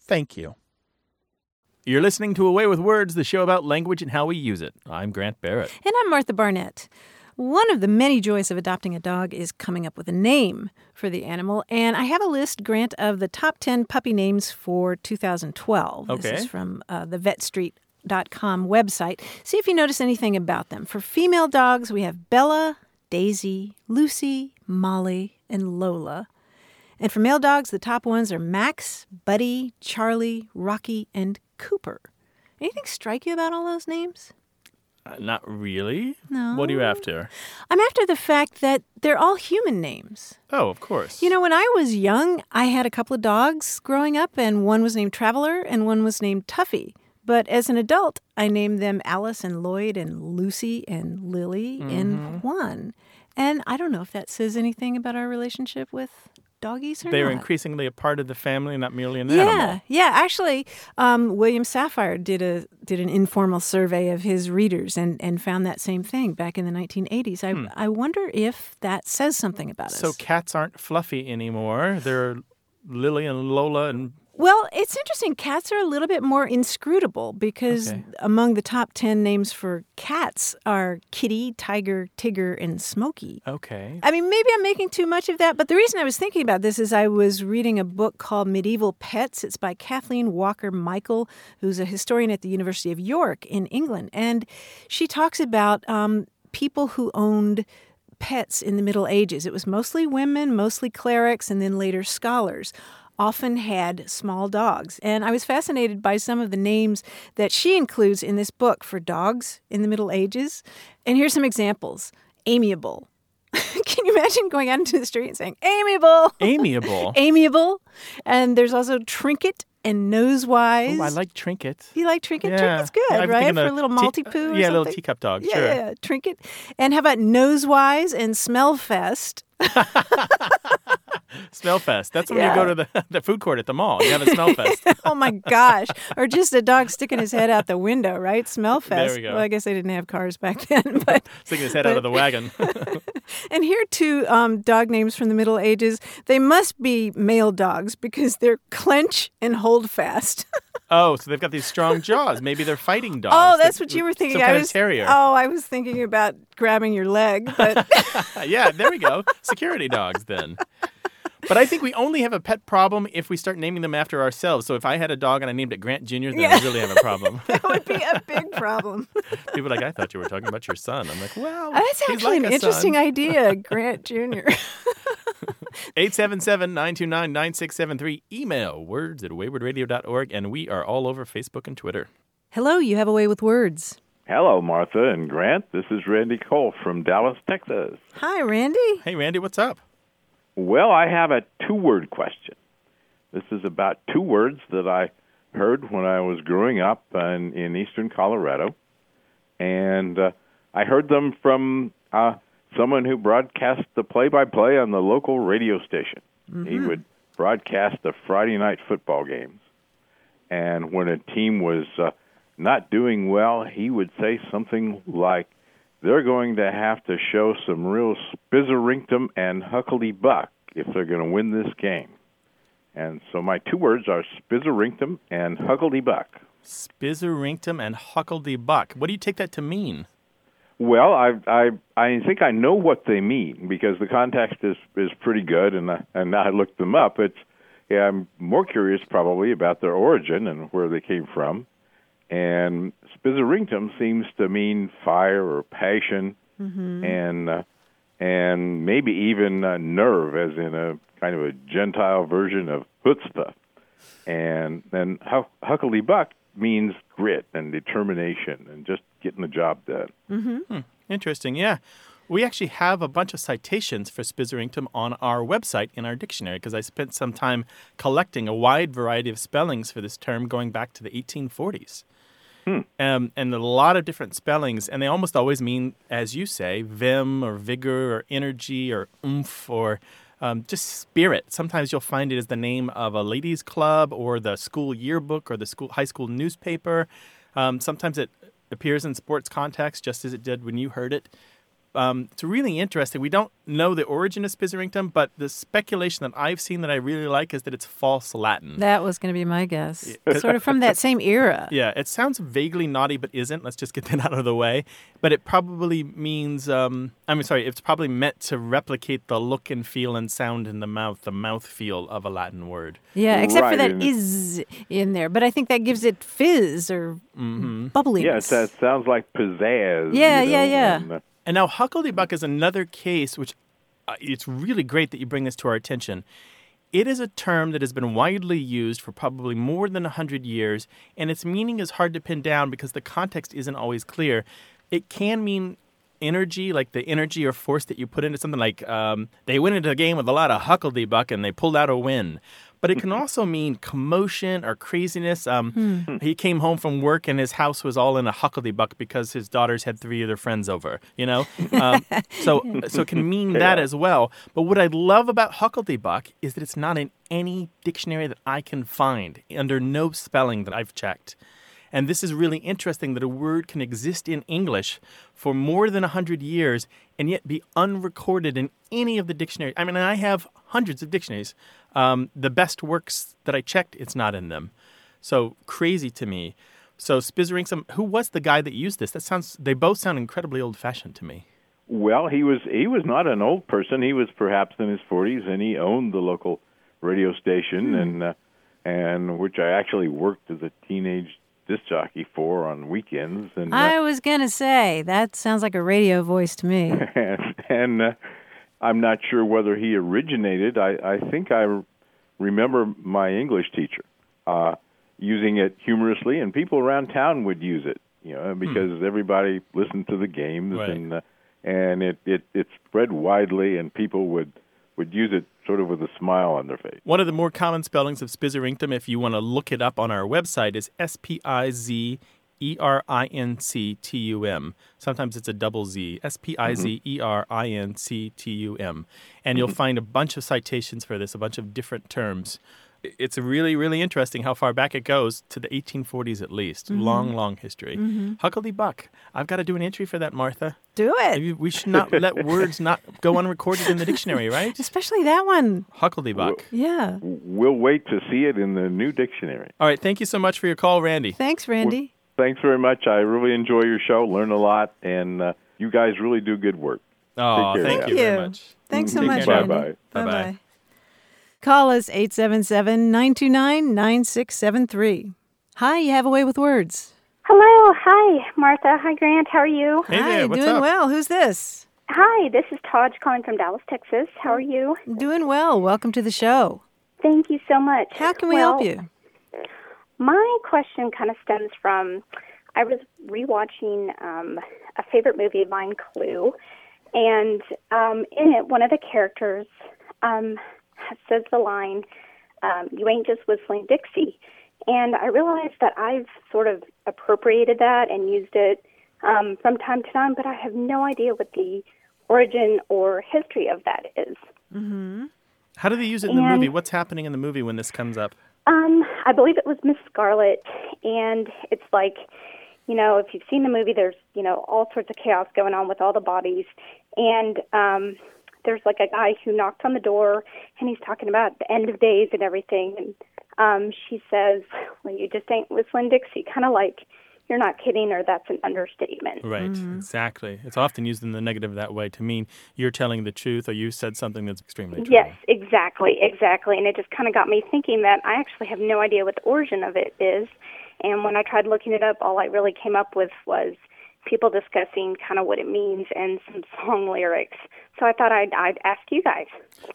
Thank you. You're listening to Away with Words, the show about language and how we use it. I'm Grant Barrett. And I'm Martha Barnett. One of the many joys of adopting a dog is coming up with a name for the animal. And I have a list, Grant, of the top 10 puppy names for 2012. Okay. This is from uh, the vetstreet.com website. See if you notice anything about them. For female dogs, we have Bella, Daisy, Lucy, Molly, and Lola. And for male dogs, the top ones are Max, Buddy, Charlie, Rocky, and Cooper. Anything strike you about all those names? Uh, not really. No. What are you after? I'm after the fact that they're all human names. Oh, of course. You know, when I was young, I had a couple of dogs growing up, and one was named Traveler and one was named Tuffy. But as an adult, I named them Alice and Lloyd and Lucy and Lily and Juan. And I don't know if that says anything about our relationship with doggies or They're not. increasingly a part of the family, not merely an yeah, animal. yeah. Actually, um, William Safire did a did an informal survey of his readers and, and found that same thing back in the 1980s. I I wonder if that says something about us. Hmm. So cats aren't fluffy anymore. They're Lily and Lola and Well, it's interesting. Cats are a little bit more inscrutable because Okay. among the top 10 names for cats are kitty, tiger, tigger, and smoky. okay. I mean, maybe I'm making too much of that, but the reason I was thinking about this is I was reading a book called Medieval Pets. It's by Kathleen Walker Michael, who's a historian at the University of York in England. And she talks about um, people who owned pets in the Middle Ages. It was mostly women, mostly clerics, and then later scholars. Often had small dogs. And I was fascinated by some of the names that she includes in this book for dogs in the Middle Ages. And here's some examples Amiable, can you imagine going out into the street and saying amiable Amiable. amiable and there's also trinket and nosewise Ooh, Oh, I like Trinket. you like trinket trinket's good Yeah, I've been right thinking for of a little tea- multi yeah, poo or a little something. teacup dog, yeah, sure. yeah trinket and how about nosewise and smellfest Smellfest. That's when you go to the, the food court at the mall. You have a smellfest. oh my gosh or just a dog sticking his head out the window right smellfest There we go. well i guess they didn't have cars back then but Sticking his head out of the wagon. And here are two um, dog names from the Middle Ages. They must be male dogs because they're clench and hold fast. oh, so they've got these strong jaws. Maybe they're fighting dogs. that- oh, that's what you were thinking. Some kind I was of terrier. Oh, I was thinking about grabbing your leg, but Oh. yeah, there we go. Security dogs then. But I think we only have a pet problem if we start naming them after ourselves. So if I had a dog and I named it Grant Jr., then I Yeah. really have a problem. that would be a big problem. People are like, I thought you were talking about your son. I'm like, well, Oh, That's he's actually like an a interesting Son. idea, Grant Jr. 877-929-9673. Email words at waywardradio.org. And we are all over Facebook and Twitter. Hello, you have a way with words. Hello, Martha and Grant. This is Randy Cole from Dallas, Texas. Hi, Randy. Hey, Randy, what's up? Well, I have a two word question. This is about two words that I heard when I was growing up in, in eastern Colorado. And uh, I heard them from uh, someone who broadcast the play by play on the local radio station. He would broadcast the Friday night football games. And when a team was uh, not doing well, he would say something like, they're going to have to show some real spizzerinctum and huckledy buck if they're going to win this game. And so my two words are spizzerinctum and huckledy buck. Spizzerinctum and Huckledy Buck. What do you take that to mean? Well, I I I think I know what they mean because the context is is pretty good, and I, and I looked them up. It's yeah, I'm more curious probably about their origin and where they came from. And spizzerinctum seems to mean fire or passion, and uh, and maybe even uh, nerve, as in a kind of a Gentile version of chutzpah. And then Huck- Huckledy Buck means grit and determination and just getting the job done. Hmm, Interesting, yeah. We actually have a bunch of citations for Spizzerinctum on our website in our dictionary because I spent some time collecting a wide variety of spellings for this term going back to the 1840s. Um, and a lot of different spellings, and they almost always mean, as you say, vim or vigor or energy or oomph or um, just spirit. Sometimes you'll find it as the name of a ladies' club or the school yearbook or the school high school newspaper. Um, sometimes it appears in sports context, just as it did when you heard it. Um, it's really interesting. We don't know the origin of Spizzerington, but the speculation that I've seen that I really like is that it's false Latin. That was going to be my guess. Sort of from that same era. Yeah, it sounds vaguely naughty, but isn't. Let's just get that out of the way. But it probably means, um, I mean, sorry, it's probably meant to replicate the look and feel and sound in the mouth, the mouth feel of a Latin word. Yeah, except for Right, that and- is in there. But I think that gives it fizz or bubbliness. Yeah, it sounds- sounds like pizzazz. Yeah, you yeah, know, yeah. and, uh, And now Huckledybuck is another case which uh, it's really great that you bring this to our attention. It is a term that has been widely used for probably more than 100 years, and its meaning is hard to pin down because the context isn't always clear. It can mean energy, like the energy or force that you put into something, like um, they went into the game with a lot of Huckledybuck and they pulled out a win. But it can also mean commotion or craziness. Um, He came home from work and his house was all in a Huckledybuck because his daughters had three of their friends over. You know, um, so so it can mean that as well. But what I love about Huckledybuck is that it's not in any dictionary that I can find under no spelling that I've checked. And this is really interesting that a word can exist in English for more than 100 years and yet be unrecorded in any of the dictionaries. I mean, I have hundreds of dictionaries. Um, the best works that I checked, it's not in them. So crazy to me. So Spizzeringsom, who was the guy that used this? That sounds, they both sound incredibly old fashioned to me. Well, he was he was not an old person. He was perhaps in his 40s, and he owned the local radio station, and uh, and which I actually worked as a teenage disc jockey for on weekends, and uh, I was going to say, that sounds like a radio voice to me. and, and uh, I'm not sure whether he originated. I, I think I r- remember my English teacher uh, using it humorously, and people around town would use it, you know, because everybody listened to the games, Right. and uh, and it, it it spread widely, and people would would use it sort of with a smile on their face. One of the more common spellings of Spizzeringtom, if you want to look it up on our website, is S P I Z E R I N C T U M. Sometimes it's a double Z. S P I Z E R I N C T U M. And Mm-hmm. you'll find a bunch of citations for this, a bunch of different terms. I- It's really, really interesting how far back it goes to the 1840s at least. Mm-hmm. Long, long history. Huckledy Buck. I've got to do an entry for that, Martha. Do it. Maybe We should not let words not go unrecorded in the dictionary, right? Especially that one. Huckledy Buck. Yeah. We'll wait to see it in the new dictionary. All right. Thank you so much for your call, Randy. Thanks, Randy. Thanks very much. I really enjoy your show, learn a lot, and uh, you guys really do good work. Oh, Take thank care. Thank you very you. much. Thanks so Take much, care. Randy. Bye-bye. Bye-bye. Bye-bye. Call us 877-929-9673. Hi, you have a way with words. Hello, hi, Martha. Hi, Grant. How are you? Hey Hi, there, what's doing up? well. Who's this? Hi, this is Taj calling from Dallas, Texas. How are you? Doing well. Welcome to the show. Thank you so much. How can we help Well, you? My question kind of stems from I was rewatching um, a favorite movie of mine, Clue, and um, in it, one of the characters um, says the line, um, "You ain't just whistling Dixie," and I realized that I've sort of appropriated that and used it um, from time to time, but I have no idea what the origin or history of that is. mm-hmm. How do they use it in the And- movie? What's happening in the movie when this comes up? Um, I believe it was Miss Scarlet, and it's like, you know, if you've seen the movie, there's you know all sorts of chaos going on with all the bodies, and um, there's like a guy who knocked on the door, and he's talking about the end of days and everything, and um, she says, "Well, you just ain't whistling Dixie," kind of like you're not kidding, or that's an understatement. Right, exactly. It's often used in the negative that way to mean you're telling the truth or you said something that's extremely true. Yes, exactly, exactly. And it just kind of got me thinking that I actually have no idea what the origin of it is. And when I tried looking it up, all I really came up with was people discussing kind of what it means and some song lyrics. So I thought I'd, I'd ask you guys.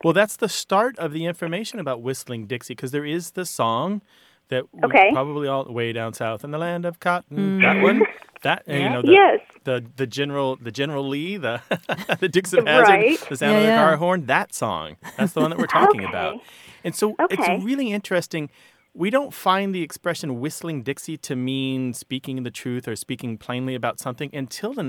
Well, that's the start of the information about Whistling Dixie because there is the song that we Okay. Hmm. probably all way down south in the land of cotton. That one. That and, you know the, Yes. the the general the general Lee the the Dixon Hazard Right. the sound of the Yeah, yeah. car horn that song that's the one that we're talking about and so Okay. it's really interesting we don't find the expression whistling Dixie to mean speaking the truth or speaking plainly about something until the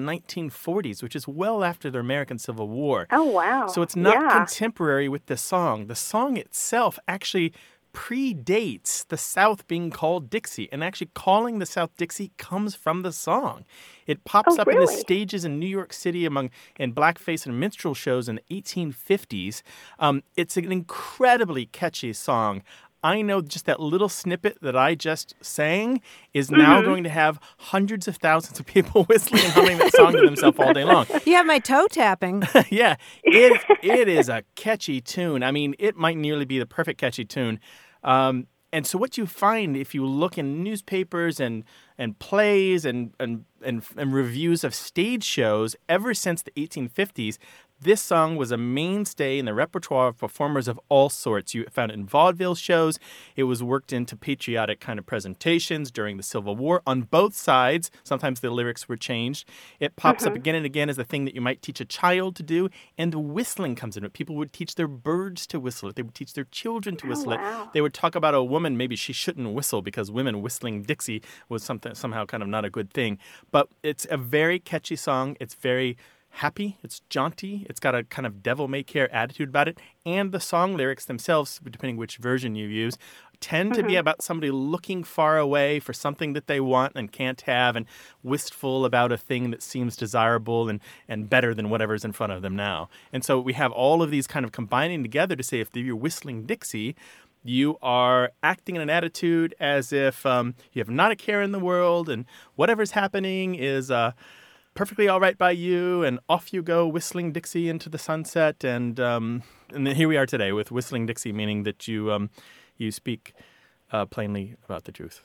1940s which is well after the American Civil War Oh, wow. so it's not Yeah. contemporary with the song. The song itself actually predates the South being called Dixie. And actually, calling the South Dixie comes from the song. It pops Oh, up in the really? stages in New York City among in blackface and minstrel shows in the 1850s. Um, it's an incredibly catchy song. I know just that little snippet that I just sang is now Mhm. going to have hundreds of thousands of people whistling and humming that song to themselves all day long. You have my toe tapping. yeah, it it is a catchy tune. I mean, it might nearly be the perfect catchy tune. Um, and so, what you find if you look in newspapers and and plays and and and, and reviews of stage shows ever since the 1850s. This song was a mainstay in the repertoire of performers of all sorts. You found it in vaudeville shows. It was worked into patriotic kind of presentations during the Civil War on both sides. Sometimes the lyrics were changed. It pops up Mhm. again and again as a thing that you might teach a child to do. And whistling comes into it. People would teach their birds to whistle it. They would teach their children to Oh, whistle wow. it. They would talk about a woman maybe she shouldn't whistle because women whistling Dixie was something somehow kind of not a good thing. But it's a very catchy song. It's very happy. It's jaunty. It's got a kind of devil may care attitude about it. And the song lyrics themselves, depending which version you use, tend to be Mhm. about somebody looking far away for something that they want and can't have and wistful about a thing that seems desirable and, and better than whatever's in front of them now. And so we have all of these kind of combining together to say if you're whistling Dixie, you are acting in an attitude as if um, you have not a care in the world and whatever's happening is uh, perfectly all right by you and off you go whistling dixie into the sunset and um, and then here we are today with whistling dixie meaning that you um, you speak uh, plainly about the truth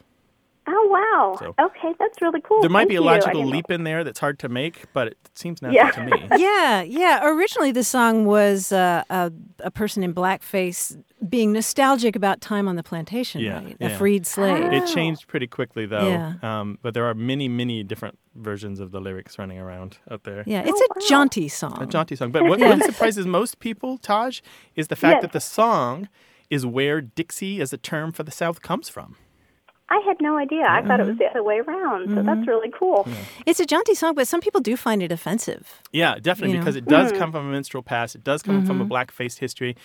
Oh wow! So- okay, that's really cool. there might Oh, Thank be you. a I logical didn't- leap in there that's hard to make but it seems natural to Yeah. me yeah, yeah. Originally, the song was uh, a, a person in blackface being nostalgic about time on the plantation, yeah, right? yeah. A freed slave. Oh. It changed pretty quickly, though. Yeah. Um, but there are many, many different versions of the lyrics running around out there. Oh. Yeah, Oh, it's a jaunty song. A jaunty song. But what Yeah. really surprises most people, Taj, is the fact Yes. that the song is where Dixie as a term for the South comes from. I had no idea. I thought it was the other way around. So that's really cool. Mm-hmm. It's a jaunty song, but some people do find it offensive. Yeah, definitely, You know. because it does Mm. come from a minstrel past. It does come from a Mhm. blackface history.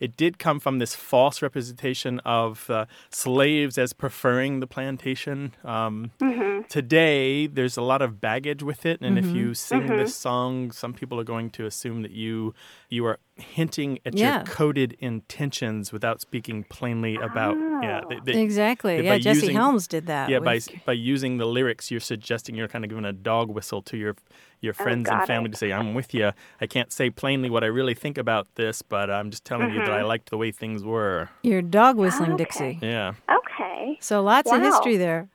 It did come from this false representation of uh, slaves as preferring the plantation. Um, Mhm. Today, there's a lot of baggage with it, and Mm-hmm. if Mhm. you sing Mhm. this song, some people are going to assume that you you are hinting at Yeah. your coded intentions without speaking plainly about yeah they- they- Exactly. by Yeah, Jesse Helms did that Yeah, by with- s- by using the lyrics, you're suggesting you're kind of giving a dog whistle to your your Oh, friends and got family to say, "I'm with you." I can't say plainly what I really think about this, but I'm just telling you that I Mhm. liked the way things were. Your dog whistling Dixie. Yeah. Okay. So lots of Ah, Wow. history there.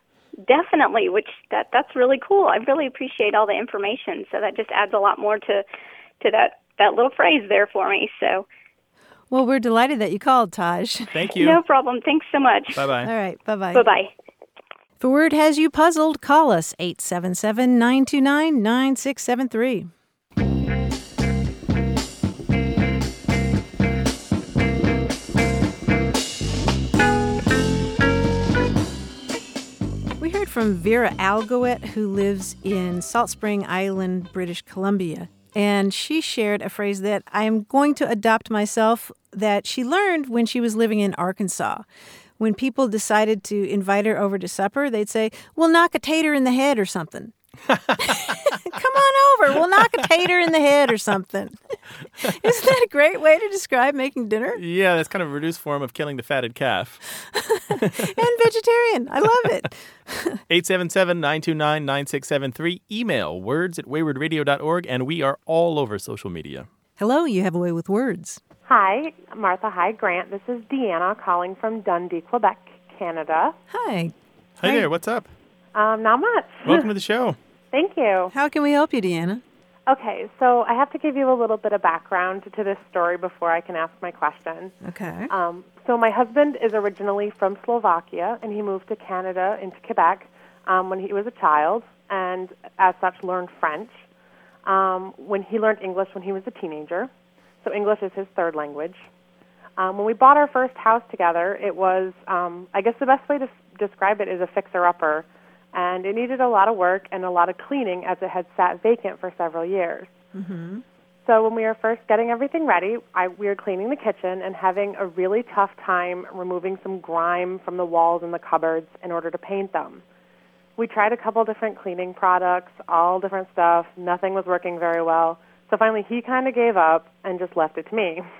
Definitely, which that that's really cool. I really appreciate all the information. So that just adds a lot more to to that that little phrase there for me. So Well, we're delighted that you called, Taj. Thank no problem. Thanks so much. Bye-bye. All right. Bye bye. Bye bye. If a word has you puzzled, call us 877 929 9673. We heard from Vera Algoet, who lives in Salt Spring Island, British Columbia. And she shared a phrase that I am going to adopt myself that she learned when she was living in Arkansas. When people decided to invite her over to supper, they'd say, We'll knock a tater in the head or something. Come on over. We'll knock a tater in the head or something. Isn't that a great way to describe making dinner? Yeah, that's kind of a reduced form of killing the fatted calf. And vegetarian. I love it. 877-929-9673. Email words at waywardradio.org, and we are all over social media. Hello, you have a way with words. Hi, Martha. Hi, Grant. This is Deanna calling from Dundee, Quebec, Canada. Hi. Hi there, what's up? Um, not much. Welcome to the show. Thank you. How can we help you, Deanna? Okay, so I have to give you a little bit of background to this story before I can ask my question. Okay. Um, so my husband is originally from Slovakia, and he moved to Canada into Quebec um, when he was a child, and as such learned French. Um, when he learned English when he was a teenager, so English is his third language. Um, when we bought our first house together, it was um, I guess the best way to s- describe it is a fixer-upper, and it needed a lot of work and a lot of cleaning as it had sat vacant for several years. Mm-hmm. So when we were first getting everything ready, I, we were cleaning the kitchen and having a really tough time removing some grime from the walls and the cupboards in order to paint them. We tried a couple different cleaning products, all different stuff. Nothing was working very well. So finally, he kind of gave up and just left it to me.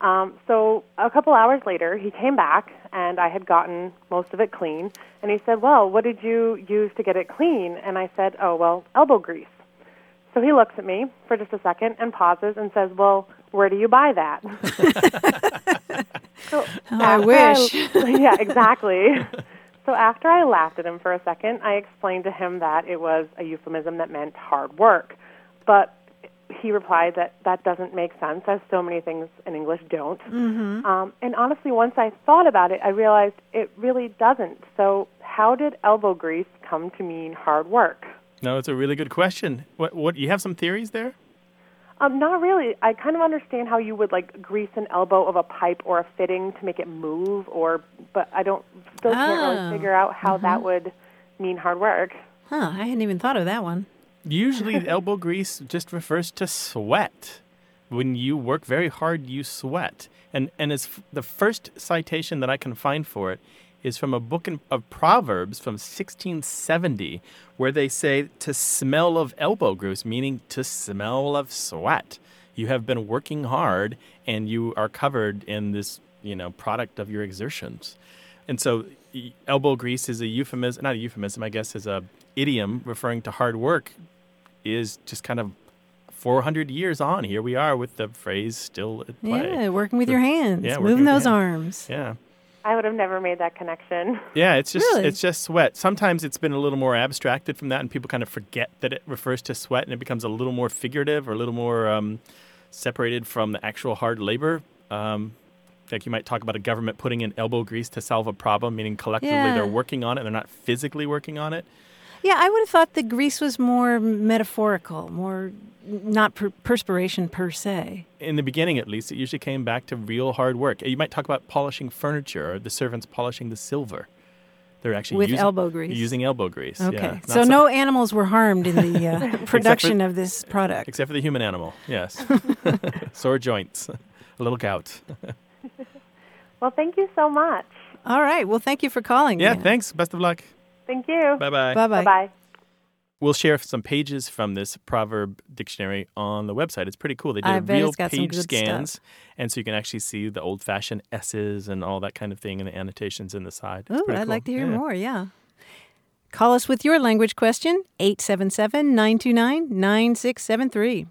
Um, so a couple hours later, he came back and I had gotten most of it clean. And he said, Well, what did you use to get it clean? And I said, Oh, well, elbow grease. So he looks at me for just a second and pauses and says, Well, where do you buy that? so Oh, I after wish. yeah, exactly. So after I laughed at him for a second, I explained to him that it was a euphemism that meant hard work. But he replied that that doesn't make sense, as so many things in English don't. Mm-hmm. Mhm. Um, and honestly, once I thought about it, I realized it really doesn't. So, how did elbow grease come to mean hard work? No, it's a really good question. What? What? You have some theories there? Um, not really. I kind of understand how you would like grease an elbow of a pipe or a fitting to make it move, or but I don't still can't Oh. really figure out how that would mean hard work. Huh, I hadn't even thought of that one. Usually, elbow grease just refers to sweat. When you work very hard, you sweat. And and it's f- the first citation that I can find for it is from a book in, of Proverbs from 1670, where they say to smell of elbow grease, meaning to smell of sweat. You have been working hard, and you are covered in this you know product of your exertions. And so e- elbow grease is a euphemism, not a euphemism, I guess, is a idiom referring to hard work is just kind of 400 years on. Here we are with the phrase still at play. Yeah, working with your hands, Yeah, working moving with your those hands. arms. Yeah. I would have never made that connection. Yeah, it's just Really? it's just sweat. Sometimes it's been a little more abstracted from that, and people kind of forget that it refers to sweat, and it becomes a little more figurative or a little more um, separated from the actual hard labor. Um, like you might talk about a government putting in elbow grease to solve a problem, meaning collectively Yeah. they're working on it, they're not physically working on it. Yeah, I would have thought the grease was more metaphorical, more not per- perspiration per se. in the beginning at least, it usually came back to real hard work. You might talk about polishing furniture or the servants polishing the silver. They're actually With using, elbow grease. Using elbow grease. Okay, yeah. Not so some- no animals were harmed in the uh, Except for- production of this product. Except for the human animal, yes. Sore joints, a little gout. Well, thank you so much. All right, well, thank you for calling. yeah, Leanna. thanks. Best of luck. Thank you. Bye-bye. Bye-bye. Bye. We'll share some pages from this proverb dictionary on the website. It's pretty cool. They did I a bet real it's got some page good stuff. scans, and so you can actually see the old-fashioned S's and all that kind of thing, and the annotations in the side. It's Ooh, pretty I'd like to cool. hear Yeah. more, yeah. Call us with your language question, 877 929 9673.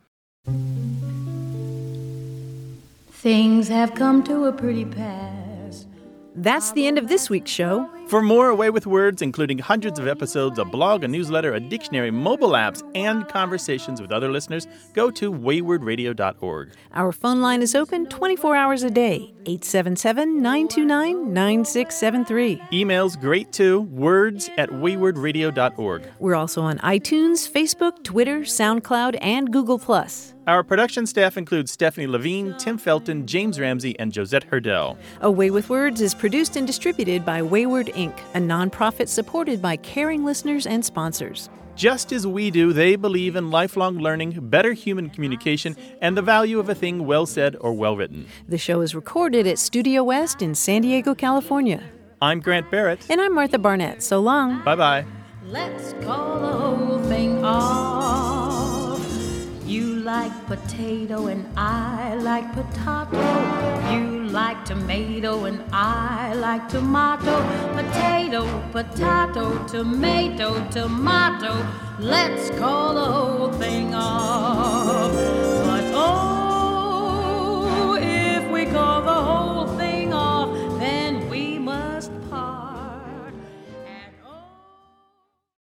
Things have come to a pretty pass. That's the end of this week's show. For more Away with Words, including hundreds of episodes, a blog, a newsletter, a dictionary, mobile apps, and conversations with other listeners, go to waywardradio.org. Our phone line is open 24 hours a day, 877 929 9673. Emails great too, words at waywardradio.org. We're also on iTunes, Facebook, Twitter, SoundCloud, and Google. Plus. Our production staff includes Stephanie Levine, Tim Felton, James Ramsey, and Josette Hurdell. Away with Words is produced and distributed by Wayward Inc., a nonprofit supported by caring listeners and sponsors. Just as we do, they believe in lifelong learning, better human communication, and the value of a thing well said or well written. The show is recorded at Studio West in San Diego, California. I'm Grant Barrett. And I'm Martha Barnett. So long. Bye bye. Let's call the whole thing off. You like potato and I like potato. You like tomato and I like tomato. Potato, potato, tomato, tomato. Let's call the whole thing off. oh,